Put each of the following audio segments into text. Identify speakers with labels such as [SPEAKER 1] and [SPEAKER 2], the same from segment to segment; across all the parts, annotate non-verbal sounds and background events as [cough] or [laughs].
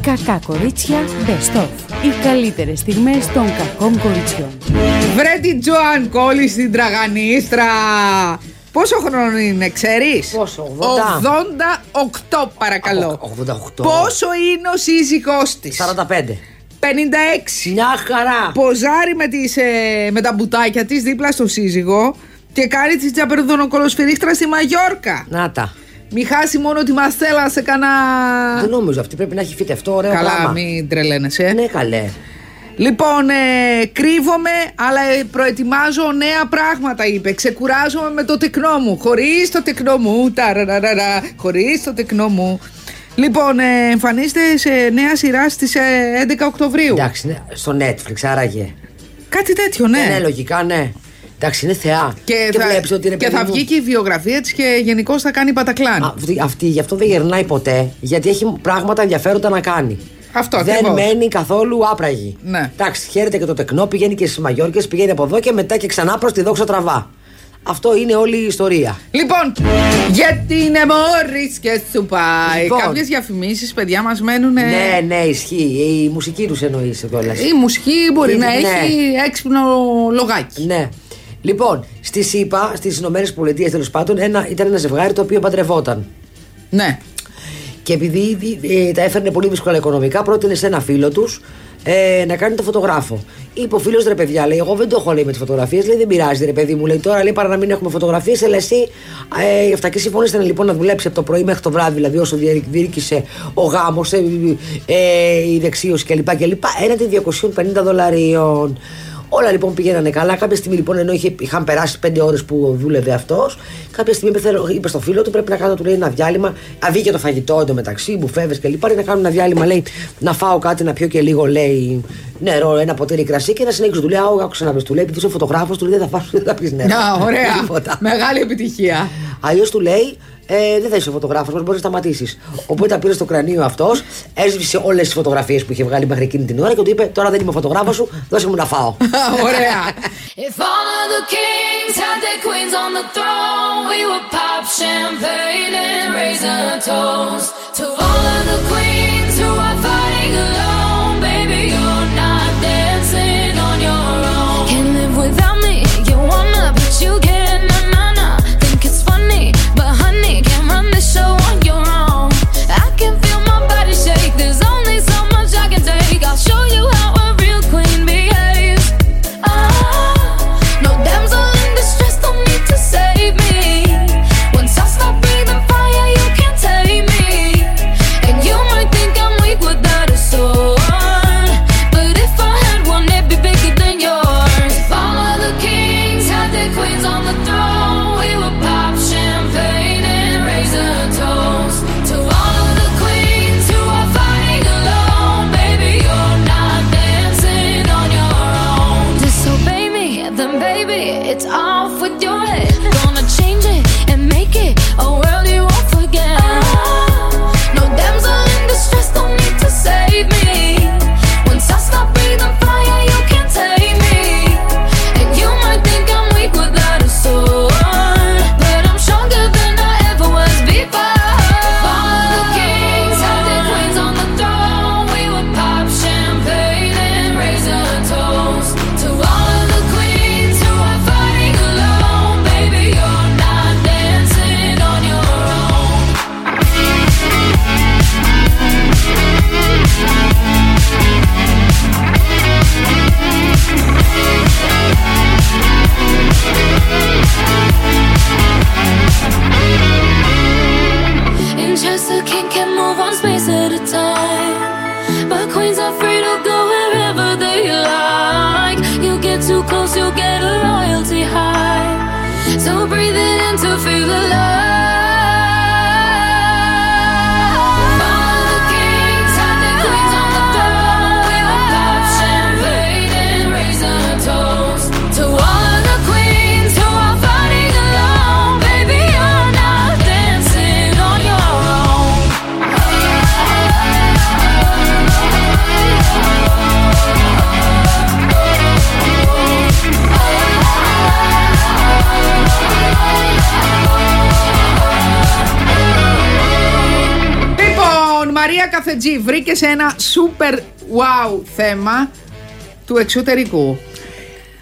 [SPEAKER 1] Κακά κορίτσια Best of. Οι καλύτερες στιγμές των κακών κοριτσιών.
[SPEAKER 2] Βρε την Τζοαν Κόλλης στην τραγανίστρα. Πόσο χρόνο είναι, ξέρεις?
[SPEAKER 3] Πόσο,
[SPEAKER 2] 88 παρακαλώ.
[SPEAKER 3] 88.
[SPEAKER 2] Πόσο είναι ο σύζυγός της?
[SPEAKER 3] 45.
[SPEAKER 2] 56.
[SPEAKER 3] Μια χαρά.
[SPEAKER 2] Ποζάρει με, τις, ε, με τα μπουτάκια της δίπλα στο σύζυγο και κάνει τη τζαπερδονοκολοσφυρίχτρα στη Μαγιόρκα.
[SPEAKER 3] Να τα.
[SPEAKER 2] Μη χάσει μόνο τη μαστέλα σε κανά.
[SPEAKER 3] Δεν νόμιζα αυτή. Πρέπει να έχει φυτευτό ωραίο
[SPEAKER 2] Καλά,
[SPEAKER 3] πράγμα.
[SPEAKER 2] μην τρελαίνεσαι. ε.
[SPEAKER 3] Ναι, καλέ.
[SPEAKER 2] Λοιπόν, ε, κρύβομαι, αλλά ε, προετοιμάζω νέα πράγματα, είπε. Ξεκουράζομαι με το τεκνό μου. Χωρίς το τεκνό μου. Ταραραραρα. Χωρίς το τεκνό μου. Λοιπόν, ε, εμφανίζεται σε νέα σειρά στις 11 Οκτωβρίου.
[SPEAKER 3] Εντάξει, ναι. στο Netflix, άραγε.
[SPEAKER 2] Κάτι τέτοιο, ναι.
[SPEAKER 3] Ναι, ναι, λογικά, ναι. Εντάξει, είναι θεά.
[SPEAKER 2] και, θα,
[SPEAKER 3] βλέπεις ότι είναι
[SPEAKER 2] και
[SPEAKER 3] παιδί
[SPEAKER 2] θα
[SPEAKER 3] μου.
[SPEAKER 2] βγει και η βιογραφία της και γενικώς θα κάνει πατακλάν.
[SPEAKER 3] Α, Αυτή, αυτή γι' αυτό δεν γερνάει ποτέ, γιατί έχει πράγματα ενδιαφέροντα να κάνει.
[SPEAKER 2] Αυτό
[SPEAKER 3] δεν
[SPEAKER 2] ακριβώς.
[SPEAKER 3] μένει καθόλου άπραγη.
[SPEAKER 2] Ναι.
[SPEAKER 3] Εντάξει, χαίρεται και το τεκνό, πηγαίνει και στις Μαγιόρκες, πηγαίνει από εδώ και μετά και ξανά προς τη δόξα τραβά. Αυτό είναι όλη η ιστορία.
[SPEAKER 2] Λοιπόν, γιατί είναι μόρις και σου πάει.
[SPEAKER 3] Λοιπόν.
[SPEAKER 2] Κάποιες διαφημίσεις, παιδιά μας μένουν.
[SPEAKER 3] Ναι, ναι, ισχύει. Η μουσική τους εννοείς κιόλα.
[SPEAKER 2] Η μουσική μπορεί
[SPEAKER 3] Ναι.
[SPEAKER 2] να έχει έξυπνο λογάκι.
[SPEAKER 3] Ναι. Λοιπόν, στη ΣΥΠΑ, στις Ηνωμένες Πολιτείες τέλος πάντων, ένα, ήταν ένα ζευγάρι το οποίο παντρευόταν.
[SPEAKER 2] Ναι.
[SPEAKER 3] Και επειδή ήδη, ε, τα έφερνε πολύ δύσκολα οικονομικά, πρότεινε σε ένα φίλο τους ε, να κάνει το φωτογράφο. Είπε ο φίλος ρε παιδιά, λέει: Εγώ δεν το έχω λέει με τις φωτογραφίες. Λέει: Δεν πειράζει, ρε παιδί μου. Λέει τώρα, λέει παρά να μην έχουμε φωτογραφίες, αλλά εσύ ε, αυτά και συμφωνήσατε λοιπόν να δουλέψει από το πρωί μέχρι το βράδυ, δηλαδή όσο διήρκησε ο γάμος, ε, ε, η δεξίωση κλπ. κλπ έναντι 250 δολαρίων. Όλα λοιπόν πηγαίνανε καλά. Κάποια στιγμή λοιπόν, ενώ είχε, είχαν περάσει πέντε ώρες που δούλευε αυτός, κάποια στιγμή είπε, θέλω- είπε στο φίλο του: Πρέπει να κάνω του λέει ένα διάλειμμα. Αβήκε το φαγητό εντωμεταξύ, μπουφέβες και λοιπά. Λέει, Να κάνω ένα διάλειμμα, λέει, να φάω κάτι, να πιω και λίγο, λέει, νερό, ένα ποτήρι κρασί και να συνεχίσω. Του λέει: Άω, άκουσα να πεις, του λέει, επειδή είσαι φωτογράφος, του λέει: Δεν θα φάω, δεν θα πεις
[SPEAKER 4] Ναι.
[SPEAKER 3] νερό.
[SPEAKER 2] Να, ωραία.
[SPEAKER 3] Τίποτα.
[SPEAKER 2] Μεγάλη επιτυχία.
[SPEAKER 3] Αλλιώς του λέει: ε, Δεν θα είσαι φωτογράφος, μπορεί να σταματήσεις. Οπότε τα πήρε στο κρανίο αυτός, έσβησε όλες τις φωτογραφίες που είχε βγάλει μέχρι εκείνη την ώρα και του είπε: Τώρα δεν είμαι φωτογράφος σου, δώσε μου να φάω.
[SPEAKER 2] ωραία.
[SPEAKER 5] If all of the kings had their queens on the throne, we would pop champagne and raise a toast to all of the queens who are fighting alone. Baby, you're not dancing on your own. Can't live without me. You wanna, but you get na na na. Think it's funny, but honey, can't run this show on your own. I can feel my body shake. There's only so much I can take. I'll show you how a real queen behaves. Ah, No damsel in distress don't need to save me. Once I stop breathing fire, you can't take me. And you might think I'm weak without a sword, but if I had one, it'd be bigger than yours. If all of the kings had their queens on the throne, we would pop champagne and raise a toast to all of the queens who are fighting alone. Baby, you're not dancing on your own. Disobey me, then baby, it's off with your head. Gonna change it and make it a world you won't forget. No damsel in distress don't need to save me. Once I stop breathing fire, you can't take me. And you might think I'm weak without a sword, but I'm stronger than I ever was before. If all the kings had their queens on the throne, we would pop champagne and raise a toast to all of the queens who are fighting alone. Baby, you're not dancing on your own. In chess, a king can move one space at a time. But queens are free to go wherever they like. You get too close, you get a royalty high. So breathe it in to feel alive. All the kings had their queens on the throne. We will pop champagne and raise a toast to all of the queens who are fighting alone. Baby, you're not dancing on your own.
[SPEAKER 4] Thank
[SPEAKER 2] Λοιπόν, Μαρία Καφετζή βρήκες σε ένα super wow θέμα του εξωτερικού.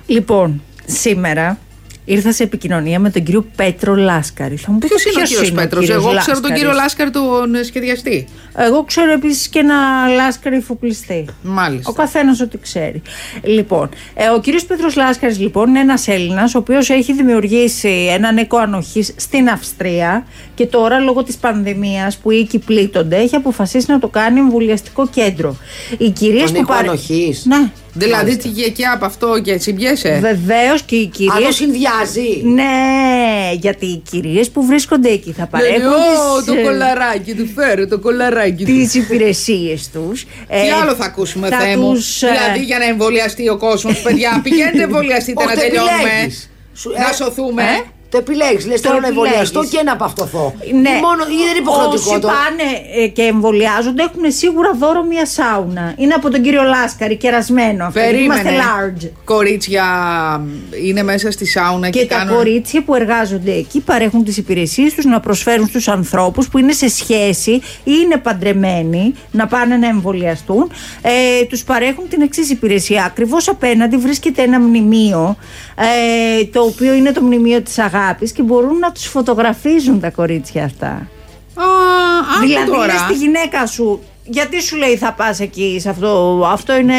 [SPEAKER 4] Λοιπόν, σήμερα ήρθα σε επικοινωνία με τον κύριο Πέτρο Λάσκαρη. Θα μου πείτε
[SPEAKER 2] Ποιος είναι ο
[SPEAKER 4] ποιος
[SPEAKER 2] κύριο Πέτρος,
[SPEAKER 4] κύριος
[SPEAKER 2] Εγώ ξέρω τον κύριο
[SPEAKER 4] Λάσκαρης.
[SPEAKER 2] Λάσκαρη, τον σχεδιαστή.
[SPEAKER 4] Εγώ ξέρω επίσης και ένα Λάσκαρη φοπλιστή.
[SPEAKER 2] Μάλιστα.
[SPEAKER 4] Ο καθένας ό,τι ξέρει. Λοιπόν, ε, ο κύριος Πέτρος Λάσκαρης, λοιπόν, είναι ένας Έλληνας, ο οποίος έχει δημιουργήσει έναν οίκο ανοχή στην Αυστρία και τώρα, λόγω της πανδημίας που οι οίκοι πλήττονται, έχει αποφασίσει να το κάνει εμβολιαστικό κέντρο. Οι κυρίες
[SPEAKER 3] Τον
[SPEAKER 4] που
[SPEAKER 3] οίκο
[SPEAKER 4] παρε-
[SPEAKER 3] ανοχής.
[SPEAKER 4] Ναι.
[SPEAKER 2] Δηλαδή τη γεκιά από αυτό και συμπιέσαι.
[SPEAKER 4] Βεβαίως και οι
[SPEAKER 3] Αν
[SPEAKER 4] κυρίε.
[SPEAKER 3] το συνδυάζει.
[SPEAKER 4] Ναι, γιατί οι κυρίες που βρίσκονται εκεί θα
[SPEAKER 2] Λένε,
[SPEAKER 4] παρέχουν
[SPEAKER 2] Ναι, «Ω,
[SPEAKER 4] τις,
[SPEAKER 2] το
[SPEAKER 4] ε,
[SPEAKER 2] κολαράκι του, φέρε το κολαράκι του.
[SPEAKER 4] τις υπηρεσίες τους.
[SPEAKER 2] Τι
[SPEAKER 4] Ε,
[SPEAKER 2] άλλο θα ακούσουμε,
[SPEAKER 4] θα
[SPEAKER 2] Θεέ μου.
[SPEAKER 4] τους, ε,
[SPEAKER 2] Δηλαδή για να εμβολιαστεί ο κόσμος,
[SPEAKER 4] [laughs]
[SPEAKER 2] παιδιά, πηγαίνετε εμβολιαστείτε
[SPEAKER 3] Όχι,
[SPEAKER 2] να
[SPEAKER 3] το
[SPEAKER 2] τελειώνουμε.
[SPEAKER 3] επιλέγεις. Σου-
[SPEAKER 2] Να
[SPEAKER 3] ε,
[SPEAKER 2] σωθούμε.
[SPEAKER 4] ε.
[SPEAKER 3] Το επιλέγεις. Λες
[SPEAKER 4] Το
[SPEAKER 3] θέλω να εμβολιαστώ
[SPEAKER 4] επιλέγεις.
[SPEAKER 3] και να παυτοθώ.
[SPEAKER 4] Ναι.
[SPEAKER 3] Ή μόνο, ή δεν είναι υποχρεωτικό
[SPEAKER 4] Όσοι
[SPEAKER 3] το.
[SPEAKER 4] πάνε ε, και εμβολιάζονται έχουν σίγουρα δώρο μία σάουνα. Είναι από τον κύριο Λάσκαρη, κερασμένο αυτό. γιατί
[SPEAKER 2] Περίμενε.
[SPEAKER 4] Είμαστε large.
[SPEAKER 2] Κορίτσια είναι μέσα στη σάουνα και,
[SPEAKER 4] Και τα
[SPEAKER 2] Ε, κάνουν.
[SPEAKER 4] κορίτσια που εργάζονται εκεί παρέχουν τις υπηρεσίες τους να προσφέρουν στους ανθρώπους που είναι σε σχέση ή είναι παντρεμένοι να πάνε να εμβολιαστούν. Ε, τους παρέχουν την εξής υπηρεσία. Ακριβώς απέναντι βρίσκεται ένα μνημείο ε, το οποίο είναι το μνημείο της αγάπης και μπορούν να τους φωτογραφίζουν τα κορίτσια αυτά.
[SPEAKER 2] Α, άκου
[SPEAKER 4] δηλαδή
[SPEAKER 2] τώρα.
[SPEAKER 4] λες τη γυναίκα σου γιατί σου λέει θα πας εκεί σε αυτό, αυτό είναι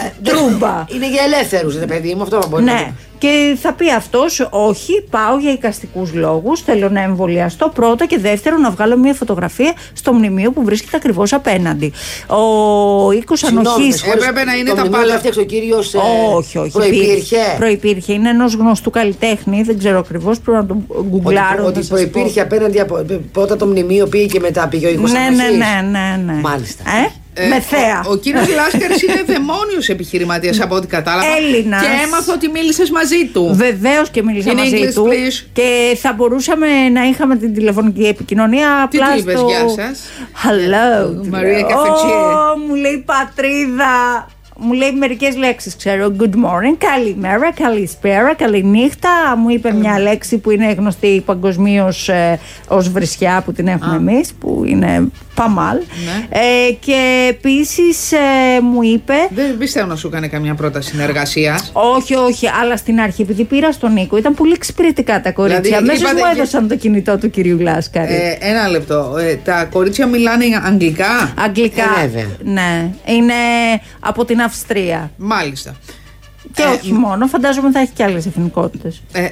[SPEAKER 4] ε, τρούμπα.
[SPEAKER 3] Είναι για ελεύθερους, ρε παιδί μου, αυτό θα μπορεί να
[SPEAKER 4] Ναι. Και θα πει αυτός, όχι, πάω για οικαστικού λόγους. Θέλω να εμβολιαστώ πρώτα και δεύτερο να βγάλω μια φωτογραφία στο μνημείο που βρίσκεται ακριβώς απέναντι. Ο οίκος
[SPEAKER 3] Συγγνώμη, ε,
[SPEAKER 4] ανοχή.
[SPEAKER 3] με συγχωρείς,
[SPEAKER 2] Έπρεπε να είναι
[SPEAKER 3] το
[SPEAKER 2] τα
[SPEAKER 3] μνημείο
[SPEAKER 2] πάντα.
[SPEAKER 3] που έφτιαξε ο ε, κύριο.
[SPEAKER 4] όχι, όχι.
[SPEAKER 3] Προπήρχε.
[SPEAKER 4] Προϋπήρχε. Είναι ενό γνωστού καλλιτέχνη, δεν ξέρω ακριβώς, πρέπει να τον
[SPEAKER 3] Ότι,
[SPEAKER 4] γκουγκλάρω.
[SPEAKER 3] ότι
[SPEAKER 4] να σας πω.
[SPEAKER 3] προπήρχε απέναντι από. Πρώτα το μνημείο πήγε και μετά πήγε ο οίκος
[SPEAKER 4] Ναι, ναι, ναι, ναι, ναι.
[SPEAKER 3] Μάλιστα.
[SPEAKER 4] Ε?
[SPEAKER 2] Ε,
[SPEAKER 4] Με θέα.
[SPEAKER 2] Ο, ο
[SPEAKER 4] [laughs]
[SPEAKER 2] κύριος Λάσκαρης είναι δαιμόνιος επιχειρηματίας από ό,τι κατάλαβα.
[SPEAKER 4] Έλληνας.
[SPEAKER 2] Και έμαθα ότι μίλησες μαζί του.
[SPEAKER 4] Βεβαίως και μίλησα
[SPEAKER 2] In
[SPEAKER 4] μαζί
[SPEAKER 2] English,
[SPEAKER 4] του.
[SPEAKER 2] please.
[SPEAKER 4] Και θα μπορούσαμε να είχαμε την τηλεφωνική επικοινωνία.
[SPEAKER 2] Τι
[SPEAKER 4] απλά
[SPEAKER 2] του είπες,
[SPEAKER 4] στο-
[SPEAKER 2] «Γεια σας».
[SPEAKER 4] Hello.
[SPEAKER 2] Ε, Μαρία
[SPEAKER 4] Ω,
[SPEAKER 2] Καφετζή.
[SPEAKER 4] μου λέει πατρίδα. Μου λέει μερικές λέξεις, ξέρω. Good morning, καλημέρα, καλησπέρα, καληνύχτα. Μου είπε
[SPEAKER 2] Ε,
[SPEAKER 4] μια λέξη που είναι γνωστή παγκοσμίως ε, ως βρισιά που την έχουμε εμείς, που είναι παμάλ.
[SPEAKER 2] Ναι.
[SPEAKER 4] Ε, και επίσης μου είπε.
[SPEAKER 2] Δεν πιστεύω να σου έκανε καμιά πρόταση συνεργασίας.
[SPEAKER 4] Όχι, όχι, αλλά στην αρχή, επειδή πήρα στον Νίκο, ήταν πολύ εξυπηρετικά τα κορίτσια.
[SPEAKER 2] Δηλαδή,
[SPEAKER 4] Αμέσως
[SPEAKER 2] είπατε
[SPEAKER 4] μου
[SPEAKER 2] και-
[SPEAKER 4] έδωσαν το κινητό του κυρίου Λάσκαρη.
[SPEAKER 2] Ε, ένα λεπτό. Ε, τα κορίτσια μιλάνε αγγλικά.
[SPEAKER 4] Αγγλικά.
[SPEAKER 3] ε, βέβαια.
[SPEAKER 4] ναι, είναι από την Αυστρία.
[SPEAKER 2] Μάλιστα.
[SPEAKER 4] Και
[SPEAKER 2] Ε,
[SPEAKER 4] όχι μόνο, φαντάζομαι θα έχει και άλλες εθνικότητες.
[SPEAKER 2] Ε,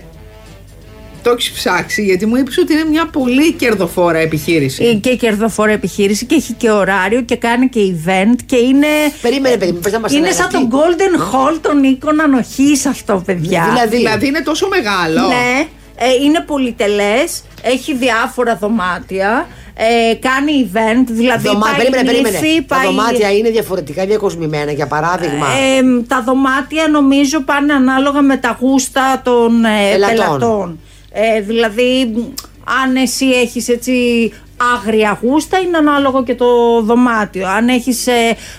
[SPEAKER 2] το έχεις ψάξει γιατί μου είπες ότι είναι μια πολύ κερδοφόρα επιχείρηση.
[SPEAKER 4] Ε, Και κερδοφόρα επιχείρηση και έχει και ωράριο και κάνει και event και είναι.
[SPEAKER 3] Περίμενε, παιδί μου, πες να μας
[SPEAKER 4] Είναι
[SPEAKER 3] ένα
[SPEAKER 4] σαν
[SPEAKER 3] γιατί.
[SPEAKER 4] τον Golden Hall των οίκων ανοχής αυτό, παιδιά.
[SPEAKER 3] Δηλαδή,
[SPEAKER 2] Δηλαδή είναι τόσο μεγάλο. [laughs]
[SPEAKER 4] Ναι, ε, είναι πολυτελές, έχει διάφορα δωμάτια, ε, κάνει event, δηλαδή
[SPEAKER 3] δωμά-
[SPEAKER 4] πάει
[SPEAKER 3] περίμενε, περίμενε.
[SPEAKER 4] νύφη,
[SPEAKER 3] Τα
[SPEAKER 4] πάει-
[SPEAKER 3] δωμάτια είναι διαφορετικά διακοσμημένα, για παράδειγμα.
[SPEAKER 4] Ε, μ, τα δωμάτια νομίζω πάνε ανάλογα με τα γούστα των ε,
[SPEAKER 3] Πελατών.
[SPEAKER 4] πελατών. Ε, δηλαδή, μ, αν εσύ έχεις έτσι άγρια γούστα, είναι ανάλογο και το δωμάτιο. Αν έχεις ε,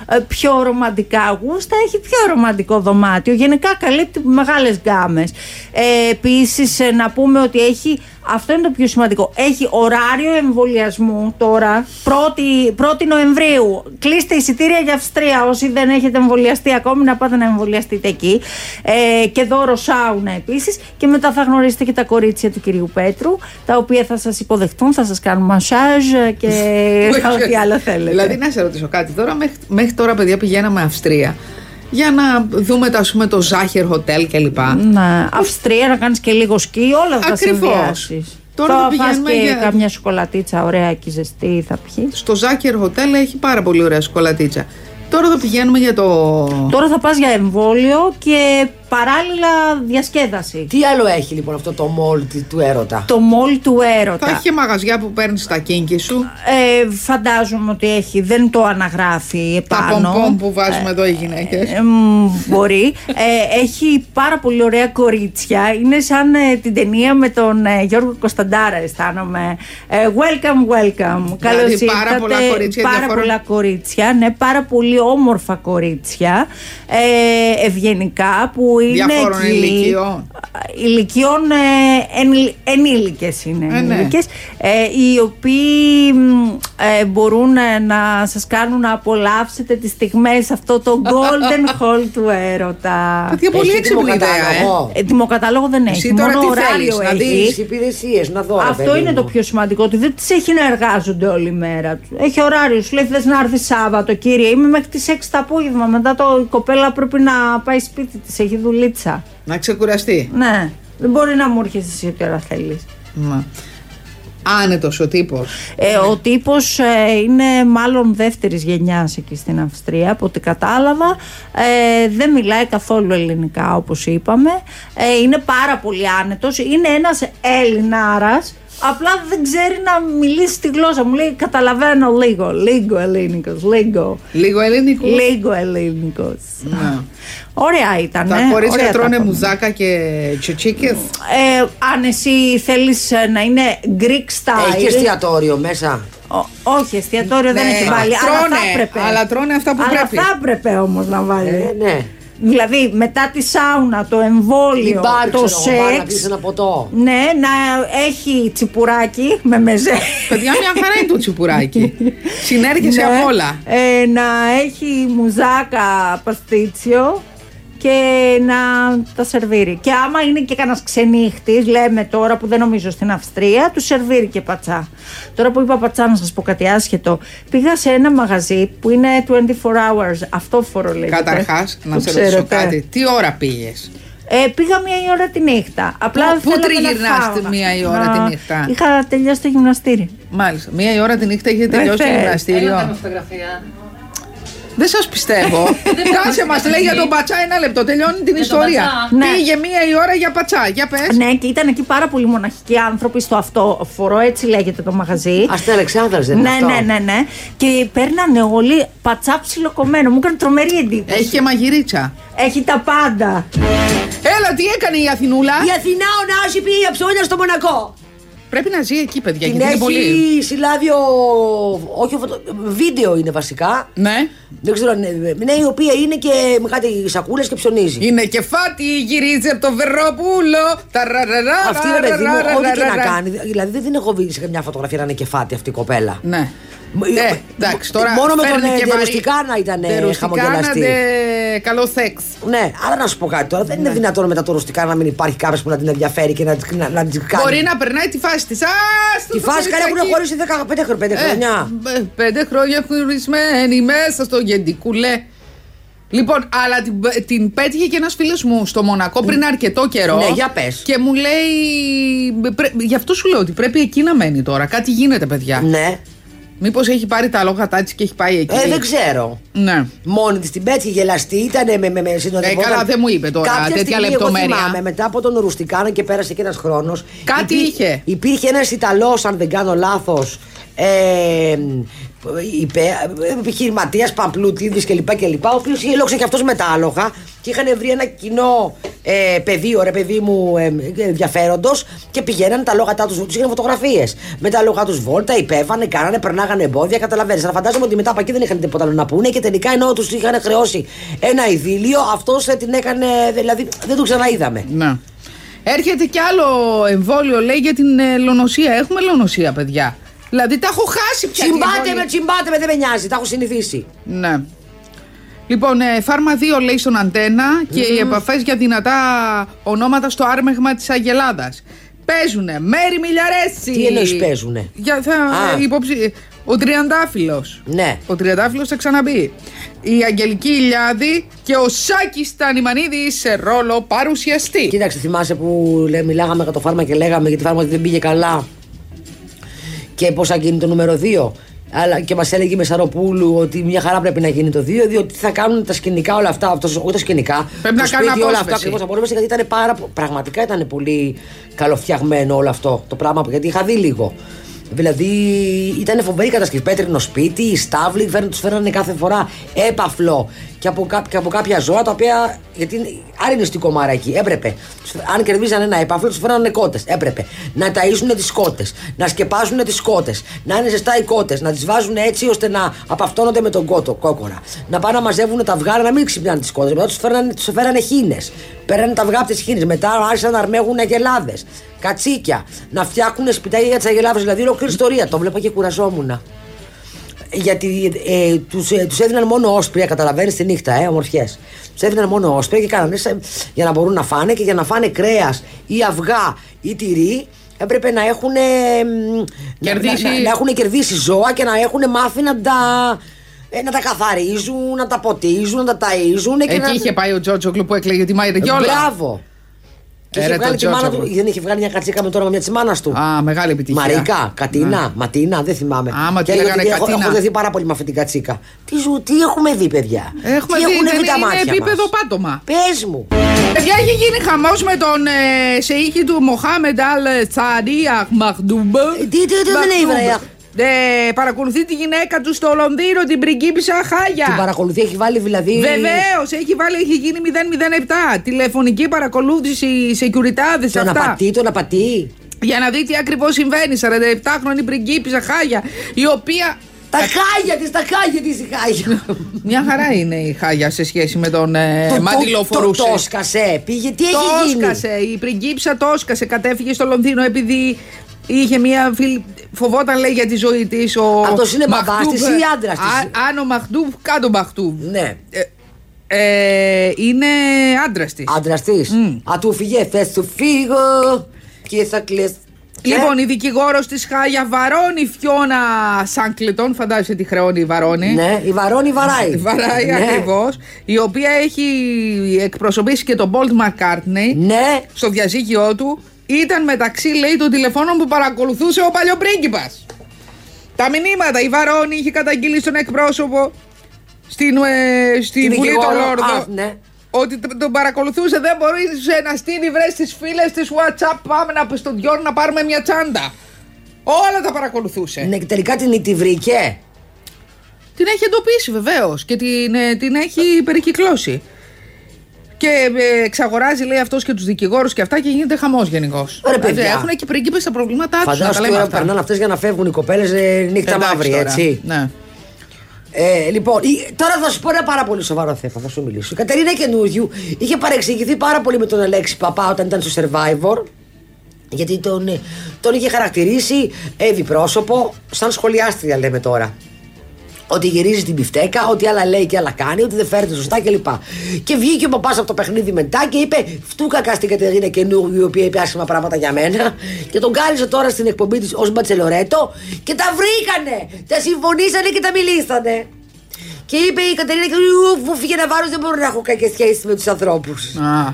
[SPEAKER 4] ε, πιο ρομαντικά γούστα, έχει πιο ρομαντικό δωμάτιο. Γενικά καλύπτει μεγάλες γκάμες. Ε, επίσης, ε, να πούμε ότι έχει, αυτό είναι το πιο σημαντικό, έχει ωράριο εμβολιασμού τώρα, 1η, 1η Νοεμβρίου. Κλείστε εισιτήρια για Αυστρία. Όσοι δεν έχετε εμβολιαστεί ακόμη, να πάτε να εμβολιαστείτε εκεί. Ε, και δώρο σάουνα επίσης. Και μετά θα γνωρίσετε και τα κορίτσια του κυρίου Πέτρου, τα οποία θα σας υποδεχτούν, θα σας κάνουν μασάζ ε,
[SPEAKER 2] [laughs]
[SPEAKER 4] και θα ό,τι άλλο θέλετε.
[SPEAKER 2] Δηλαδή, να σε ρωτήσω κάτι τώρα. Μέχρι, μέχρι τώρα, παιδιά, πηγαίναμε Αυστρία για να δούμε το, ας πούμε, το Ζάχερ Hotel κλπ.
[SPEAKER 4] Ναι, Αυστρία να κάνεις και λίγο σκι, όλα θα τα
[SPEAKER 2] Ακριβώς.
[SPEAKER 4] συνδυάσεις.
[SPEAKER 2] Τώρα θα
[SPEAKER 4] φας
[SPEAKER 2] πηγαίνουμε
[SPEAKER 4] και
[SPEAKER 2] για-
[SPEAKER 4] κάμια σοκολατίτσα ωραία και ζεστή θα πιει.
[SPEAKER 2] Στο Ζάχερ Hotel έχει πάρα πολύ ωραία σκολατίτσα. Τώρα θα πηγαίνουμε για το.
[SPEAKER 4] Τώρα θα πας για εμβόλιο και παράλληλα διασκέδαση.
[SPEAKER 3] Τι άλλο έχει λοιπόν αυτό το μόλ τι- του έρωτα.
[SPEAKER 4] Το μόλ του έρωτα.
[SPEAKER 2] Θα έχει και μαγαζιά που παίρνεις τα κίνκι σου.
[SPEAKER 4] Ε, φαντάζομαι ότι έχει, δεν το αναγράφει
[SPEAKER 2] Τα
[SPEAKER 4] επάνω.
[SPEAKER 2] πομπομ που βάζουμε εδώ οι γυναίκες.
[SPEAKER 4] Ε, μ, μπορεί. Ε, έχει πάρα πολύ ωραία κορίτσια. Είναι σαν ε, την ταινία με τον ε, Γιώργο Κωνσταντάρα, αισθάνομαι. Ε, welcome, welcome. Καλώ ήρθατε.
[SPEAKER 2] Δηλαδή, πάρα πολλά κορίτσια
[SPEAKER 4] Πάρα
[SPEAKER 2] διαφορών.
[SPEAKER 4] πολλά κορίτσια, ναι, πάρα πολύ όμορφα κορίτσια. Ε, ευγενικά που είναι
[SPEAKER 2] Διαφόρων
[SPEAKER 4] εκεί.
[SPEAKER 2] ηλικιών.
[SPEAKER 4] Ηλικιών ε, εν, ενήλικες είναι.
[SPEAKER 2] Ε, ναι.
[SPEAKER 4] ενήλικες, ε, οι οποίοι μ, ε, μπορούν ε, να σας κάνουν να απολαύσετε τις στιγμές αυτό το golden
[SPEAKER 2] [laughs]
[SPEAKER 4] hall του έρωτα.
[SPEAKER 2] Παιδιά, πολύ
[SPEAKER 3] Έχει
[SPEAKER 2] έξυπνη ιδέα, ε.
[SPEAKER 3] τιμοκατάλογο.
[SPEAKER 4] Ε, Τιμοκατάλογο δεν έχει.
[SPEAKER 2] τώρα
[SPEAKER 4] Μόνο
[SPEAKER 2] τι
[SPEAKER 4] ωράριο
[SPEAKER 2] θέλεις, να
[SPEAKER 4] έχεις.
[SPEAKER 3] δεις υπηρεσίες, να δω. ρε
[SPEAKER 4] Αυτό
[SPEAKER 3] παιδί
[SPEAKER 4] είναι
[SPEAKER 3] μου.
[SPEAKER 4] το πιο σημαντικό, ότι δεν τις έχει να εργάζονται όλη μέρα. Έχει ωράριο. Σου λέει: Θες να έρθεις Σάββατο, κύριε. Είμαι μέχρι τις 6 το απόγευμα. Μετά το, η κοπέλα πρέπει να πάει σπίτι της. Έχει δουλίτσα.
[SPEAKER 2] Να ξεκουραστεί.
[SPEAKER 4] Ναι. Δεν μπορεί να μου έρχεσαι εσύ ό,τι ώρα θέλεις.
[SPEAKER 2] Μα. Άνετος ο τύπος.
[SPEAKER 4] Ε, ο τύπος είναι μάλλον δεύτερης γενιάς εκεί στην Αυστρία, από ό,τι κατάλαβα. Ε, δεν μιλάει καθόλου ελληνικά, όπως είπαμε. Ε, είναι πάρα πολύ άνετος. Είναι ένας Ελληνάρα. Απλά δεν ξέρει να μιλήσει τη γλώσσα. Μου λέει: Καταλαβαίνω λίγο, λίγο ελληνικός, λίγο.
[SPEAKER 2] Λίγο ελληνικός.
[SPEAKER 4] Λίγο ελληνικός.
[SPEAKER 2] Να.
[SPEAKER 4] Ωραία ήταν.
[SPEAKER 2] Ναι. Τα
[SPEAKER 4] ε, ωραία
[SPEAKER 2] κορίτσια
[SPEAKER 4] τα
[SPEAKER 2] τρώνε
[SPEAKER 4] είπαμε.
[SPEAKER 2] μουζάκα και τσιτσίκες.
[SPEAKER 4] Ε, αν εσύ θέλεις να είναι Greek style.
[SPEAKER 3] Έχει και εστιατόριο μέσα.
[SPEAKER 4] Ό, όχι, εστιατόριο δεν
[SPEAKER 2] Ναι,
[SPEAKER 4] έχει βάλει. αλλά θα
[SPEAKER 2] τρώνε,
[SPEAKER 4] έπρεπε.
[SPEAKER 2] αλλά τρώνε αυτά που
[SPEAKER 4] Αλλά
[SPEAKER 2] πρέπει.
[SPEAKER 4] θα έπρεπε όμως να βάλει.
[SPEAKER 3] Ε, ναι.
[SPEAKER 4] Δηλαδή μετά τη σάουνα, το εμβόλιο,
[SPEAKER 3] Λιμπάρ,
[SPEAKER 4] το
[SPEAKER 3] ξέρω εγώ, πάρ' να πεις
[SPEAKER 4] σεξ.
[SPEAKER 3] ένα ποτό.
[SPEAKER 4] Ναι, να έχει τσιπουράκι με μεζέ.
[SPEAKER 2] Παιδιά, μια χαρά είναι το τσιπουράκι. Συνέρχεσαι
[SPEAKER 4] Ναι.
[SPEAKER 2] από όλα.
[SPEAKER 4] Ε, να έχει μουζάκα παστίτσιο και να τα σερβίρει. Και άμα είναι και κανένας ξενύχτης, λέμε τώρα που δεν νομίζω στην Αυστρία, του σερβίρει και πατσά. Τώρα που είπα πατσά, να σας πω κάτι άσχετο. Πήγα σε ένα μαγαζί που είναι 24 hours, αυτό φορολογείται.
[SPEAKER 2] Καταρχάς, να
[SPEAKER 4] Το
[SPEAKER 2] σε ρωτήσω
[SPEAKER 4] ξέρετε.
[SPEAKER 2] κάτι. Τι ώρα πήγες.
[SPEAKER 4] Ε, πήγα μία η ώρα τη νύχτα. Απλά
[SPEAKER 2] Πού- πού
[SPEAKER 4] θέλαμε να
[SPEAKER 2] τριγυρνάς
[SPEAKER 4] φάω.
[SPEAKER 2] τη μία η ώρα
[SPEAKER 4] Να-
[SPEAKER 2] τη νύχτα?
[SPEAKER 4] Είχα τελειώσει το γυμναστήρι.
[SPEAKER 2] Μάλιστα. Μία η ώρα τη νύχτα είχε
[SPEAKER 4] Ρε
[SPEAKER 2] τελειώσει το
[SPEAKER 4] Θεέ.
[SPEAKER 2] γυμναστήριο.
[SPEAKER 6] φωτογραφία.
[SPEAKER 2] Δεν σας πιστεύω. Κάτσε, μας λέει για τον Πατσά ένα λεπτό. Τελειώνει την ιστορία.
[SPEAKER 6] Πατσά.
[SPEAKER 4] Ναι.
[SPEAKER 2] Πήγε μία η ώρα για Πατσά. Για πες.
[SPEAKER 4] Ναι, και ήταν εκεί πάρα πολλοί μοναχικοί άνθρωποι στο αυτό φορό, έτσι λέγεται το μαγαζί.
[SPEAKER 3] Αστέρα Αλεξάνδρας δεν είναι
[SPEAKER 4] Ναι,
[SPEAKER 3] αυτό.
[SPEAKER 4] ναι, ναι, ναι. Και παίρνανε όλοι πατσά ψιλοκομμένο. Μου έκανε τρομερή εντύπωση.
[SPEAKER 2] Έχει και μαγειρίτσα.
[SPEAKER 3] Ε.
[SPEAKER 4] Έχει τα πάντα.
[SPEAKER 2] Έλα, τι έκανε η Αθηνούλα.
[SPEAKER 3] Η Αθηνά ο Νάση πήγε για ψώνια στο Μονακό.
[SPEAKER 2] Πρέπει να ζει εκεί, παιδιά,
[SPEAKER 3] Την
[SPEAKER 2] γιατί είναι πολύ.
[SPEAKER 3] έχει συλλάβει ο. Όχι, ο φωτο- βίντεο είναι βασικά.
[SPEAKER 2] Ναι.
[SPEAKER 3] Δεν ξέρω αν είναι. Ναι, η οποία είναι και με κάτι σακούλες και ψωνίζει.
[SPEAKER 2] Είναι κεφάτι, γυρίζει από το Βερόπουλο. Ταραραρά,
[SPEAKER 3] Αυτή ρε παιδί μου,
[SPEAKER 2] ραραραραραραρά.
[SPEAKER 3] ό,τι και να κάνει. Δηλαδή δεν την έχω βρει σε καμιά φωτογραφία να είναι κεφάτι αυτή η κοπέλα.
[SPEAKER 2] Ναι.
[SPEAKER 3] Μ-
[SPEAKER 2] Ε,
[SPEAKER 3] ε,
[SPEAKER 2] εντάξει, τώρα
[SPEAKER 3] μόνο με τον,
[SPEAKER 2] φέρνει
[SPEAKER 3] ε,
[SPEAKER 2] και βαρύ-
[SPEAKER 3] τερουστικά να ήταν, ε,
[SPEAKER 2] Τερουστικά
[SPEAKER 3] χαμογελαστή.
[SPEAKER 2] να είναι καλό σεξ.
[SPEAKER 3] Ναι, αλλά να σου πω κάτι τώρα. Δεν
[SPEAKER 2] Ναι.
[SPEAKER 3] είναι δυνατόν μετά το ρουστικά να μην υπάρχει κάποιος που να την ενδιαφέρει και να, τη- να, να την κάνει.
[SPEAKER 2] Μπορεί να περνάει τη φάση της. Α
[SPEAKER 3] Τη φάση καλά που έχουν χωρίσει 15 χρονιά.
[SPEAKER 2] Ε.
[SPEAKER 3] πέντε Ε, χρόνια.
[SPEAKER 2] Πέντε χρόνια έχουν χωρισμένοι μέσα στο γεντικούλε. Λοιπόν, αλλά την, πε- την πέτυχε και ένας φίλος μου στο Μονακό πριν αρκετό καιρό.
[SPEAKER 3] Ε, Ναι, για πες.
[SPEAKER 2] Και μου λέει. πρέ- γι' αυτό σου λέω ότι πρέπει εκεί να μένει τώρα. Κάτι γίνεται, παιδιά.
[SPEAKER 3] Ναι.
[SPEAKER 2] Μήπως έχει πάρει τα λόγα τη και έχει πάει εκεί.
[SPEAKER 3] Ε, δεν ξέρω.
[SPEAKER 2] Ναι.
[SPEAKER 3] Μόνη της την πέτυχε, γελαστή, ήταν με, με, με συνοδευόταν.
[SPEAKER 2] Ε, καλά, δεν μου είπε τώρα,
[SPEAKER 3] Κάποια
[SPEAKER 2] τέτοια
[SPEAKER 3] στιγμή,
[SPEAKER 2] λεπτομέρεια.
[SPEAKER 3] Εγώ θυμάμαι, μετά από τον Ρουστικάνα και πέρασε και ένας χρόνος.
[SPEAKER 2] Κάτι είχε.
[SPEAKER 3] Υπήρχε ένας Ιταλός, αν δεν κάνω λάθος. Ε, επιχειρηματία Παμπλουτίδη κλπ. κλπ. Ο οποίος είχε λόξει και αυτό μετάλογα και είχαν βρει ένα κοινό ε, πεδίο, ρε παιδί μου, ε, ενδιαφέροντος και πηγαίνανε τα λόγατά τους, τους είχαν φωτογραφίες. Με τα λόγα τους βόλτα, υπέβανε, κάνανε, περνάγανε εμπόδια. Καταλαβαίνεις. Αλλά φαντάζομαι ότι μετά από εκεί δεν είχαν τίποτα άλλο να πούνε και τελικά ενώ τους είχαν χρεώσει ένα ειδήλιο, αυτό την έκανε. Δηλαδή δεν τον ξαναείδαμε.
[SPEAKER 2] Ναι. Έρχεται κι άλλο εμβόλιο, λέει, για την ε, λονοσία. Έχουμε λονοσία, παιδιά. Δηλαδή τα έχω χάσει πια. την
[SPEAKER 3] Τσιμπάτε
[SPEAKER 2] εμβόλια.
[SPEAKER 3] με, τσιμπάτε με, δεν με νοιάζει, τα έχω συνηθίσει.
[SPEAKER 2] Ναι. Λοιπόν, ε, φάρμα 2 λέει στον αντένα και οι επαφές για δυνατά ονόματα στο άρμεγμα της Αγελάδας. Παίζουνε. Μέρι Μιλιαρέση.
[SPEAKER 3] Τι εννοείς παίζουνε?
[SPEAKER 2] Για, θα, ε,
[SPEAKER 3] Α.
[SPEAKER 2] υποψη... Ο Τριαντάφυλλος.
[SPEAKER 3] Ναι.
[SPEAKER 2] Ο Τριαντάφυλλος θα ξαναμπεί. Η Αγγελική Ηλιάδη και ο Σάκης Τανιμανίδη σε ρόλο παρουσιαστή.
[SPEAKER 3] Κοίταξε, θυμάσαι που λέ, μιλάγαμε για το φάρμα και λέγαμε γιατί φάρμα δεν πήγε καλά. Και πώ θα γίνει το νούμερο 2. Αλλά και μας έλεγε η Μεσαροπούλου ότι μια χαρά πρέπει να γίνει το 2, διότι θα κάνουν τα σκηνικά όλα αυτά. Αυτός, όχι τα σκηνικά.
[SPEAKER 2] Πρέπει
[SPEAKER 3] το
[SPEAKER 2] να κάνουν
[SPEAKER 3] σπίτι, όλα
[SPEAKER 2] απόσβεση.
[SPEAKER 3] αυτά ακριβώ απόσβεση. Γιατί ήταν πάρα, πο- πραγματικά ήταν πολύ καλοφτιαγμένο όλο αυτό το πράγμα. Γιατί είχα δει λίγο. Δηλαδή ήταν φοβερή κατασκευή. Πέτρινο σπίτι, οι στάβλοι φέραν, τους φέρανε κάθε φορά έπαφλο και από, κά- και από κάποια ζώα τα οποία. Γιατί είναι- άρα είναι στικό μαράκι. Έπρεπε. Τους- Αν κερδίζανε ένα επάφυλλο, τους φέρανε κότες. Έπρεπε. Να ταΐσουν τις κότες. Να σκεπάζουν τις κότες. Να είναι ζεστά οι κότες. Να τις βάζουν έτσι ώστε να απαυτώνονται με τον κότο, κόκορα. Να πάνε να μαζεύουν τα αυγά να μην ξυπνάνε τις κότες. Μετά τους φέρανε, τους φέρανε χίνες. Παίρνανε τα αυγά από τι χίνες. Μετά άρχισαν να αρμέγουν αγελάδες. Κατσίκια. Να φτιάχνουν σπιτάκια για τις αγελάδες. Δηλαδή ολόκληρη ιστορία. Το βλέπα και κουραζόμουν. Γιατί ε, τους ε, τους έδιναν μόνο όσπρια, καταλαβαίνεις τη νύχτα, ε, ομορφιές. Τους έδιναν μόνο όσπρια και κάνανε σε- για να μπορούν να φάνε και για να φάνε κρέας ή αυγά ή τυρί. Έπρεπε να έχουν,
[SPEAKER 2] Κερδίσει.
[SPEAKER 3] να, να, να έχουν κερδίσει ζώα και να έχουν μάθει να τα, ε, να τα καθαρίζουν, να τα ποτίζουν, να τα ταΐζουν. Και να...
[SPEAKER 2] Εκεί είχε πάει ο Τζότζογκλου που έκλαιγε τη Μάιρα Γιόλα.
[SPEAKER 3] Μπράβο. Και
[SPEAKER 2] Ε,
[SPEAKER 3] είχε
[SPEAKER 2] ρε,
[SPEAKER 3] βγάλει
[SPEAKER 2] το
[SPEAKER 3] τη μάνα του,
[SPEAKER 2] Τζότζογλου.
[SPEAKER 3] δεν είχε βγάλει μια κατσίκα με το όνομα μια της μάνας του.
[SPEAKER 2] Α, μεγάλη επιτυχία.
[SPEAKER 3] Μαρίκα, Κατίνα, Ματίνα, δεν θυμάμαι.
[SPEAKER 2] Ναι. Άμα τη
[SPEAKER 3] έλεγε
[SPEAKER 2] λέγανε
[SPEAKER 3] ότι έχω,
[SPEAKER 2] Κατίνα.
[SPEAKER 3] έχω δεθεί πάρα πολύ με αυτή την κατσίκα. Τι, ζου, τι έχουμε δει, παιδιά.
[SPEAKER 2] Έχουμε
[SPEAKER 3] τι
[SPEAKER 2] δει,
[SPEAKER 3] έχουν
[SPEAKER 2] δεν
[SPEAKER 3] τα
[SPEAKER 2] είναι
[SPEAKER 3] μάτια
[SPEAKER 2] επίπεδο
[SPEAKER 3] μας.
[SPEAKER 2] πάτωμα.
[SPEAKER 3] Πες μου.
[SPEAKER 2] Παιδιά, έχει γίνει χαμός με τον ε, σεϊχη του Μοχάμεντ Αλ Τσαρί Αχμαχντούμπ.
[SPEAKER 3] τι- τι- τι δεν
[SPEAKER 2] Μαχντούμπ.
[SPEAKER 3] λέει, βρε, αχ.
[SPEAKER 2] Ε, παρακολουθεί τη γυναίκα του στο Λονδίνο, την πριγκίπισσα
[SPEAKER 3] Την
[SPEAKER 2] Χάγια.
[SPEAKER 3] παρακολουθεί, έχει βάλει δηλαδή.
[SPEAKER 2] Βεβαίως, έχει, βάλει- έχει γίνει 007. Τηλεφωνική παρακολούθηση σε κουριτάδε
[SPEAKER 3] Το να
[SPEAKER 2] αυτά.
[SPEAKER 3] πατεί, το να πατεί.
[SPEAKER 2] Για να δει τι ακριβώς συμβαίνει. 47χρονη πριγκίπισσα Χάγια, η οποία.
[SPEAKER 3] Τα χάγια της, τα χάγια της, η χάγια.
[SPEAKER 2] Μια χαρά είναι η Χάγια σε σχέση με τον
[SPEAKER 3] Το-
[SPEAKER 2] ε,
[SPEAKER 3] το-
[SPEAKER 2] Μαντιλοφορούση.
[SPEAKER 3] Το το σκασε, πήγε, τι έχει
[SPEAKER 2] Το
[SPEAKER 3] γίνει.
[SPEAKER 2] όσκασε. Η πριγκίψα το όσκασε. Κατέφυγε στο Λονδίνο επειδή είχε μία φίλη. Φοβόταν λέει για τη ζωή της. Ο
[SPEAKER 3] Αυτός είναι μπαμπάς
[SPEAKER 2] Μαχτούμπ.
[SPEAKER 3] της ή άντρας της?
[SPEAKER 2] Α- Αν ο Μαχτούμπ, κάτω Μαχτούμπ.
[SPEAKER 3] Ναι.
[SPEAKER 2] Ε, ε, είναι άντρας της.
[SPEAKER 3] Άντρας της. Α του φύγε, θες του φύγω. Και θα κλείσει.
[SPEAKER 2] Λοιπόν,
[SPEAKER 3] Ναι.
[SPEAKER 2] η δικηγόρος της Χάγια βαρώνει Φιώνα Σάνκλετον. Φαντάζεσαι τι χρεώνει η βαρώνει.
[SPEAKER 3] Ναι, η βαρώνει, βαράει.
[SPEAKER 2] ε. Βαράει
[SPEAKER 3] Ναι.
[SPEAKER 2] ακριβώς. Η οποία έχει εκπροσωπήσει και τον Πολτ Μακκάρτνεϊ.
[SPEAKER 3] Ναι,
[SPEAKER 2] στο διαζύγιο του ήταν μεταξύ, λέει, των τηλεφώνων που παρακολουθούσε ο παλιό πρίγκιπας. Τα μηνύματα, η Βαρόνη είχε καταγγείλει στον εκπρόσωπο στην, ε, στη
[SPEAKER 3] Την
[SPEAKER 2] Βουλή των
[SPEAKER 3] δικηγόρο,
[SPEAKER 2] Λόρδων.
[SPEAKER 3] α, ναι.
[SPEAKER 2] Ότι τ- τον παρακολουθούσε, δεν μπορούσε να στείλει βρες στις φίλες της WhatsApp. Πάμε να, στον Dior να πάρουμε μια τσάντα. Όλα τα παρακολουθούσε.
[SPEAKER 3] ναι, τελικά την τη βρήκε.
[SPEAKER 2] Την έχει εντοπίσει βεβαίως και την, ε, την έχει περικυκλώσει. Και ε, εξαγοράζει, λέει αυτός και τους δικηγόρους και αυτά και γίνεται χαμός γενικώς.
[SPEAKER 3] Ρε, παιδιά.
[SPEAKER 2] Έχουν και πρίγκιπες τα προβλήματά τους.
[SPEAKER 3] Φαντάζομαι ότι ώρα που περνάνε αυτές για να φεύγουν οι κοπέλες νύχτα μαύρη, έτσι.
[SPEAKER 2] Ναι.
[SPEAKER 3] Ε, λοιπόν, η- τώρα θα σου πω ένα πάρα πολύ σοβαρό θέμα, θα σου μιλήσω. Η Κατερίνα Καινούριου είχε παρεξηγηθεί πάρα πολύ με τον Αλέξη Παπά όταν ήταν στο Survivor. Γιατί τον, ε, τον είχε χαρακτηρίσει έβη πρόσωπο, σαν σχολιάστρια λέμε τώρα. Ότι γυρίζει την πιφτέκα, ότι άλλα λέει και άλλα κάνει, ότι δεν φέρεται σωστά κλπ. Και βγήκε ο παπάς από το παιχνίδι μετά και είπε: Φτούκακα στην Κατερίνα Καινούργιου, η οποία είπε άσχημα πράγματα για μένα. Και τον κάλεσε τώρα στην εκπομπή της ως μπατσελορέτο και τα βρήκανε! Τα συμφωνήσανε και τα μιλήσανε. Και είπε η Κατερίνα Καινούργιου: Μου φύγε να βάρος, δεν μπορώ να έχω κακές σχέσεις με τους ανθρώπους.
[SPEAKER 2] Α,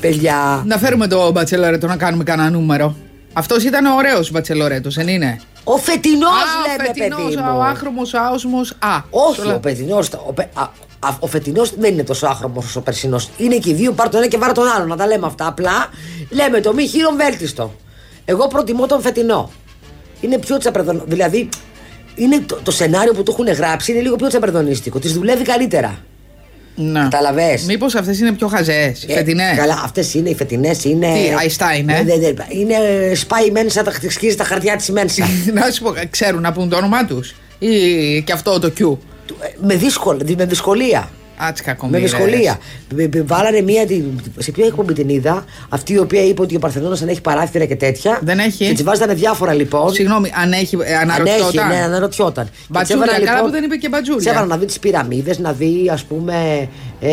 [SPEAKER 3] Παιδιά.
[SPEAKER 2] να φέρουμε το μπατσελορέτο να κάνουμε κανένα νούμερο. Αυτός ήταν ωραίος μπατσελορέτος, δεν είναι.
[SPEAKER 3] Ο φετινός
[SPEAKER 2] Α, ο
[SPEAKER 3] λέμε,
[SPEAKER 2] φετινός,
[SPEAKER 3] παιδί μου.
[SPEAKER 2] ο άχρομο, άοσμος. Α,
[SPEAKER 3] Όχι,
[SPEAKER 2] όλα-
[SPEAKER 3] ο φετινός. Ο, πε- α- α- ο φετινός δεν είναι τόσο άχρωμος όσο ο περσινός. Είναι και οι δύο, πάρ τον ένα και βάρ τον άλλο. Να τα λέμε αυτά. Απλά λέμε το μη χείρον βέλτιστο. Εγώ προτιμώ τον φετινό. Είναι πιο τσαπρεδονό. Δηλαδή, είναι το, το σενάριο που το έχουν γράψει είναι λίγο πιο τσαπρεδονίστικο. Τη δουλεύει καλύτερα.
[SPEAKER 2] Ναι.
[SPEAKER 3] Καταλαβες.
[SPEAKER 2] Μήπως αυτές είναι πιο χαζές,
[SPEAKER 3] Ε,
[SPEAKER 2] φετινές.
[SPEAKER 3] Καλά, αυτές είναι, οι φετινές είναι.
[SPEAKER 2] Τι, Einstein, ε?
[SPEAKER 3] Ναι, ναι, ναι. είναι σπάει μέσα, τα σκίζει τα χαρτιά της μέσα.
[SPEAKER 2] [laughs] [laughs] να σου πω, ξέρουν να πούν το όνομά τους. Ή και αυτό το Q.
[SPEAKER 3] ε, με, δύσκολα, με δυσκολία.
[SPEAKER 2] Άτσικα
[SPEAKER 3] Με
[SPEAKER 2] κομμύρες.
[SPEAKER 3] δυσκολία. Μ- μ- Βάλανε μία. την- Σε ποια εκπομπή την είδα, αυτή η οποία είπε ότι ο Παρθενόνα αν έχει παράθυρα και τέτοια.
[SPEAKER 2] Δεν έχει.
[SPEAKER 3] Και τη βάζανε διάφορα λοιπόν.
[SPEAKER 2] Συγγνώμη, αν έχει, ε,
[SPEAKER 3] Αν έχει,
[SPEAKER 2] αναρωτιόταν.
[SPEAKER 3] ναι, αναρωτιόταν. Και της
[SPEAKER 2] Μπατζούλια,
[SPEAKER 3] έβαλα,
[SPEAKER 2] καλά που δεν είπε και μπατζούλια.
[SPEAKER 3] της έβαλα να δει τις πυραμίδες, να δει ας πούμε ε,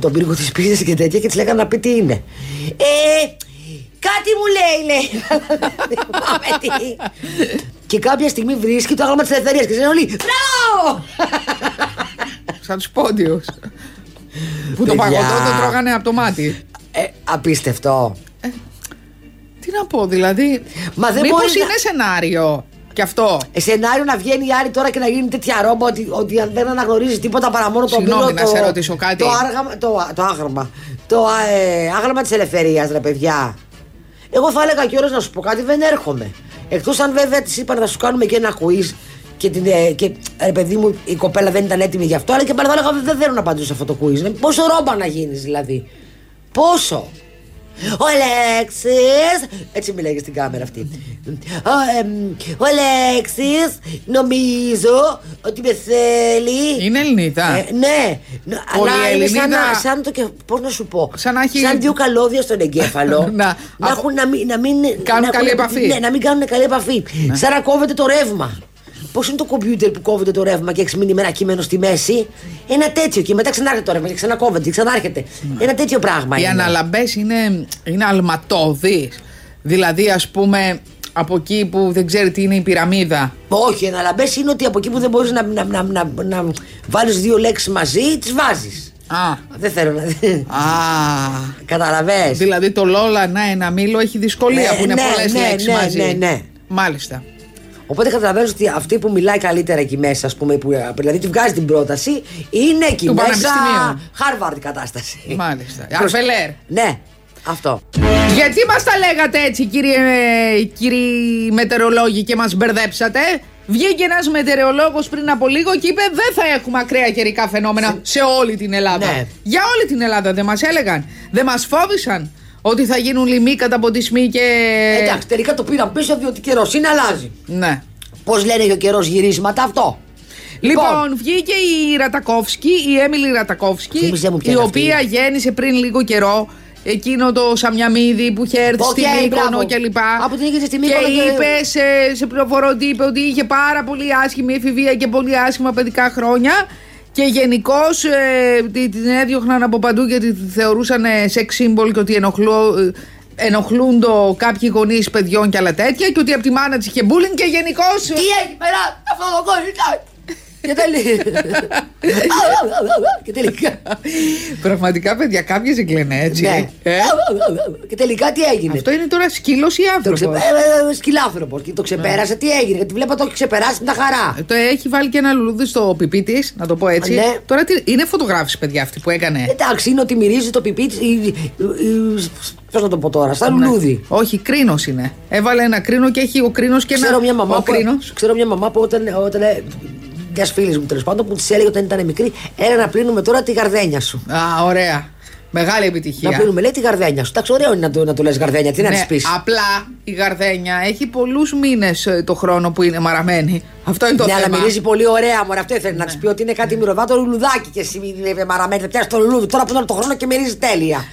[SPEAKER 3] τον πύργο της πίστη και τέτοια και τη λέγανε να πει τι είναι. Ε, κάτι μου λέει, λέει. Δεν θυμάμαι τι. και κάποια στιγμή βρίσκει το άγαλμα της ελευθερίας και λένε όλοι. Μπράβο!
[SPEAKER 2] Σαν του πόντιου. που το
[SPEAKER 3] Παιδιά.
[SPEAKER 2] παγωτό το τρώγανε από το μάτι.
[SPEAKER 3] Ε, απίστευτο.
[SPEAKER 2] Τι να πω, δηλαδή.
[SPEAKER 3] Μα δεν
[SPEAKER 2] μήπως
[SPEAKER 3] μπορείς να-
[SPEAKER 2] είναι σενάριο κι αυτό.
[SPEAKER 3] Ε, Σενάριο να βγαίνει η Άρη τώρα και να γίνει τέτοια ρόμπα ότι, ότι δεν αναγνωρίζεις τίποτα παρά μόνο το
[SPEAKER 2] Συγγνώμη,
[SPEAKER 3] μπύλο,
[SPEAKER 2] να σε ρωτήσω κάτι.
[SPEAKER 3] Το, άργαμα, το, το άγραμα. Το ε, άγραμα της ελευθερίας, ρε παιδιά. Εγώ θα έλεγα κιόλας να σου πω κάτι, δεν έρχομαι. Εκτός αν βέβαια της είπα να σου κάνουμε και ένα quiz και, την, ε, και ρε παιδί μου η κοπέλα δεν ήταν έτοιμη γι' αυτό, αλλά και πάλι θα έλεγα δεν θέλω να απαντήσω σε αυτό το quiz. Ναι, Πόσο ρόμπα να γίνεις δηλαδή. Πόσο. Ο Λέξης, έτσι μιλάει στην κάμερα αυτή. Ο, εμ, ο Λέξης νομίζω ότι με θέλει.
[SPEAKER 2] Είναι Ελληνίδα.
[SPEAKER 3] Ε, ναι, Νο- αλλά είναι σαν, να,
[SPEAKER 2] Πολυελληνίδα.
[SPEAKER 3] σαν το και. Πώς να σου πω.
[SPEAKER 2] Σαν να έχει-
[SPEAKER 3] δύο καλώδια στον
[SPEAKER 2] [laughs]
[SPEAKER 3] εγκέφαλο.
[SPEAKER 2] Να-
[SPEAKER 3] να, έχουν, να μην. Να μην
[SPEAKER 2] Κάνουν
[SPEAKER 3] να
[SPEAKER 2] καλή
[SPEAKER 3] έχουν-
[SPEAKER 2] επαφή. Ναι.
[SPEAKER 3] Ναι, να μην κάνουν καλή επαφή. Σαν να κόβεται το ρεύμα. Πώς είναι το κομπιούτερ που κόβεται το ρεύμα και έχεις μείνει με ένα κείμενο στη μέση. Ένα τέτοιο και μετά ξανάρχεται το ρεύμα και ξανακόβεται και ξανάρχεται. Ένα τέτοιο πράγμα.
[SPEAKER 2] Ναι. Οι
[SPEAKER 3] είναι.
[SPEAKER 2] αναλαμπές είναι, είναι αλματώδεις. Δηλαδή, ας πούμε, από εκεί που δεν ξέρει τι είναι η πυραμίδα.
[SPEAKER 3] Όχι, οι αναλαμπές είναι ότι από εκεί που δεν μπορείς να, να, να, να, να βάλεις δύο λέξεις μαζί, τις βάζεις.
[SPEAKER 2] Α,
[SPEAKER 3] Δεν θέλω να.
[SPEAKER 2] α,
[SPEAKER 3] Καταλαβέ.
[SPEAKER 2] δηλαδή το Λόλα, να ένα μήλο έχει δυσκολία
[SPEAKER 3] Ναι,
[SPEAKER 2] που είναι
[SPEAKER 3] ναι,
[SPEAKER 2] πολλές
[SPEAKER 3] ναι,
[SPEAKER 2] λέξεις
[SPEAKER 3] ναι,
[SPEAKER 2] μαζί.
[SPEAKER 3] ναι, ναι.
[SPEAKER 2] Μάλιστα.
[SPEAKER 3] Οπότε καταλαβαίνω ότι αυτή που μιλάει καλύτερα εκεί μέσα, ας πούμε, που, δηλαδή τη βγάζει την πρόταση, είναι εκεί
[SPEAKER 2] Του
[SPEAKER 3] μέσα.
[SPEAKER 2] Πανεπιστημίου.
[SPEAKER 3] Χάρβαρντ κατάσταση. [laughs]
[SPEAKER 2] Μάλιστα. Αρβελέρ.
[SPEAKER 3] Ναι, αυτό.
[SPEAKER 2] Γιατί μας τα λέγατε έτσι κύριε, κύριοι μετερολόγοι και μας μπερδέψατε Βγήκε ένας μετερολόγος πριν από λίγο και είπε δεν θα έχουμε ακραία καιρικά φαινόμενα σε όλη την Ελλάδα
[SPEAKER 3] Ναι.
[SPEAKER 2] Για όλη την Ελλάδα δεν μας έλεγαν, δεν μας φόβησαν ότι θα γίνουν λοιμοί, καταποντισμοί και...
[SPEAKER 3] Εντάξει, τελικά το πήραν πίσω διότι καιρός είναι αλλάζει.
[SPEAKER 2] Ναι.
[SPEAKER 3] Πώς λένε και ο καιρός γυρίσματα, αυτό.
[SPEAKER 2] Λοιπόν, βγήκε η Ρατακόφσκη, η Έμιλι Ρατακόφσκη,
[SPEAKER 3] Θύμιζε μου ποια
[SPEAKER 2] η
[SPEAKER 3] είναι αυτή.
[SPEAKER 2] οποία γέννησε πριν λίγο καιρό εκείνο το Σαμιαμίδι που είχε έρθει
[SPEAKER 3] Οκ,
[SPEAKER 2] στη
[SPEAKER 3] μπράβο.
[SPEAKER 2] Μύκονο και λοιπά.
[SPEAKER 3] Από την είχε στη Μύκονο
[SPEAKER 2] και
[SPEAKER 3] και-
[SPEAKER 2] είπε σε, σε πληροφορώ ότι είπε ότι είχε πάρα πολύ άσχημη εφηβεία και πολύ άσχημα παιδικά χρόνια και γενικώς την έδιωχναν από παντού γιατί τη θεωρούσαν ε, σεξ σύμβολ και ότι ενοχλού, ε, ενοχλούν το κάποιοι γονείς παιδιών και άλλα τέτοια και ότι από τη μάνα της είχε μπούλινγκ και γενικώς.
[SPEAKER 3] Τι έγινε, μετά, αυτό το κόρη, τα- Και
[SPEAKER 2] [laughs]
[SPEAKER 3] τελικά. και τελικά.
[SPEAKER 2] Πραγματικά, παιδιά, κάποιες εγκλενέ, έτσι.
[SPEAKER 3] ναι.
[SPEAKER 2] Ε.
[SPEAKER 3] και τελικά τι έγινε.
[SPEAKER 2] Αυτό είναι τώρα σκύλος ή
[SPEAKER 3] Το ξε...
[SPEAKER 2] άνθρωπος.
[SPEAKER 3] ε, ε, σκυλάνθρωπος. και το ξεπέρασε, τι έγινε. Γιατί βλέπα το έχει ξεπεράσει τα χαρά.
[SPEAKER 2] Το έχει βάλει και ένα λουλούδι στο πιπί της, να το πω έτσι.
[SPEAKER 3] Ναι. Ε,
[SPEAKER 2] Τώρα τι- είναι φωτογράφηση, παιδιά, αυτή που έκανε.
[SPEAKER 3] Εντάξει, είναι ότι μυρίζει το πιπί της, η- η- η- Πώς να το πω τώρα,
[SPEAKER 2] Ναι.
[SPEAKER 3] σαν λουλούδι.
[SPEAKER 2] Όχι, κρίνος είναι. Έβαλε ένα κρίνο και έχει ο κρίνος και
[SPEAKER 3] Ξέρω
[SPEAKER 2] ένα.
[SPEAKER 3] μια, μαμά
[SPEAKER 2] ο
[SPEAKER 3] που,
[SPEAKER 2] κρίνος.
[SPEAKER 3] ξέρω μια μαμά που όταν. όταν μια φίλης μου τέλος πάντων που της έλεγε όταν ήταν μικρή, έλα να πλύνουμε τώρα τη γαρδένια σου.
[SPEAKER 2] Α, ωραία. Μεγάλη επιτυχία.
[SPEAKER 3] Να πλύνουμε, λέει τη γαρδένια σου. Εντάξει, ωραίο είναι να το, να το λες γαρδένια, τι να
[SPEAKER 2] Ναι,
[SPEAKER 3] της πεις.
[SPEAKER 2] Απλά η γαρδένια έχει πολλούς μήνες το χρόνο που είναι μαραμένη. Αυτό είναι το
[SPEAKER 3] Ναι, αλλά
[SPEAKER 2] θέμα. Ναι.
[SPEAKER 3] μυρίζει πολύ ωραία, μωρέ. Αυτό ήθελε να ε, της πει ότι είναι κάτι μυρωδάτο λουλουδάκι και εσύ μαραμένη. Θα πιάσεις το λουλούδι τώρα που είναι όλο το χρόνο και μυρίζει τέλεια.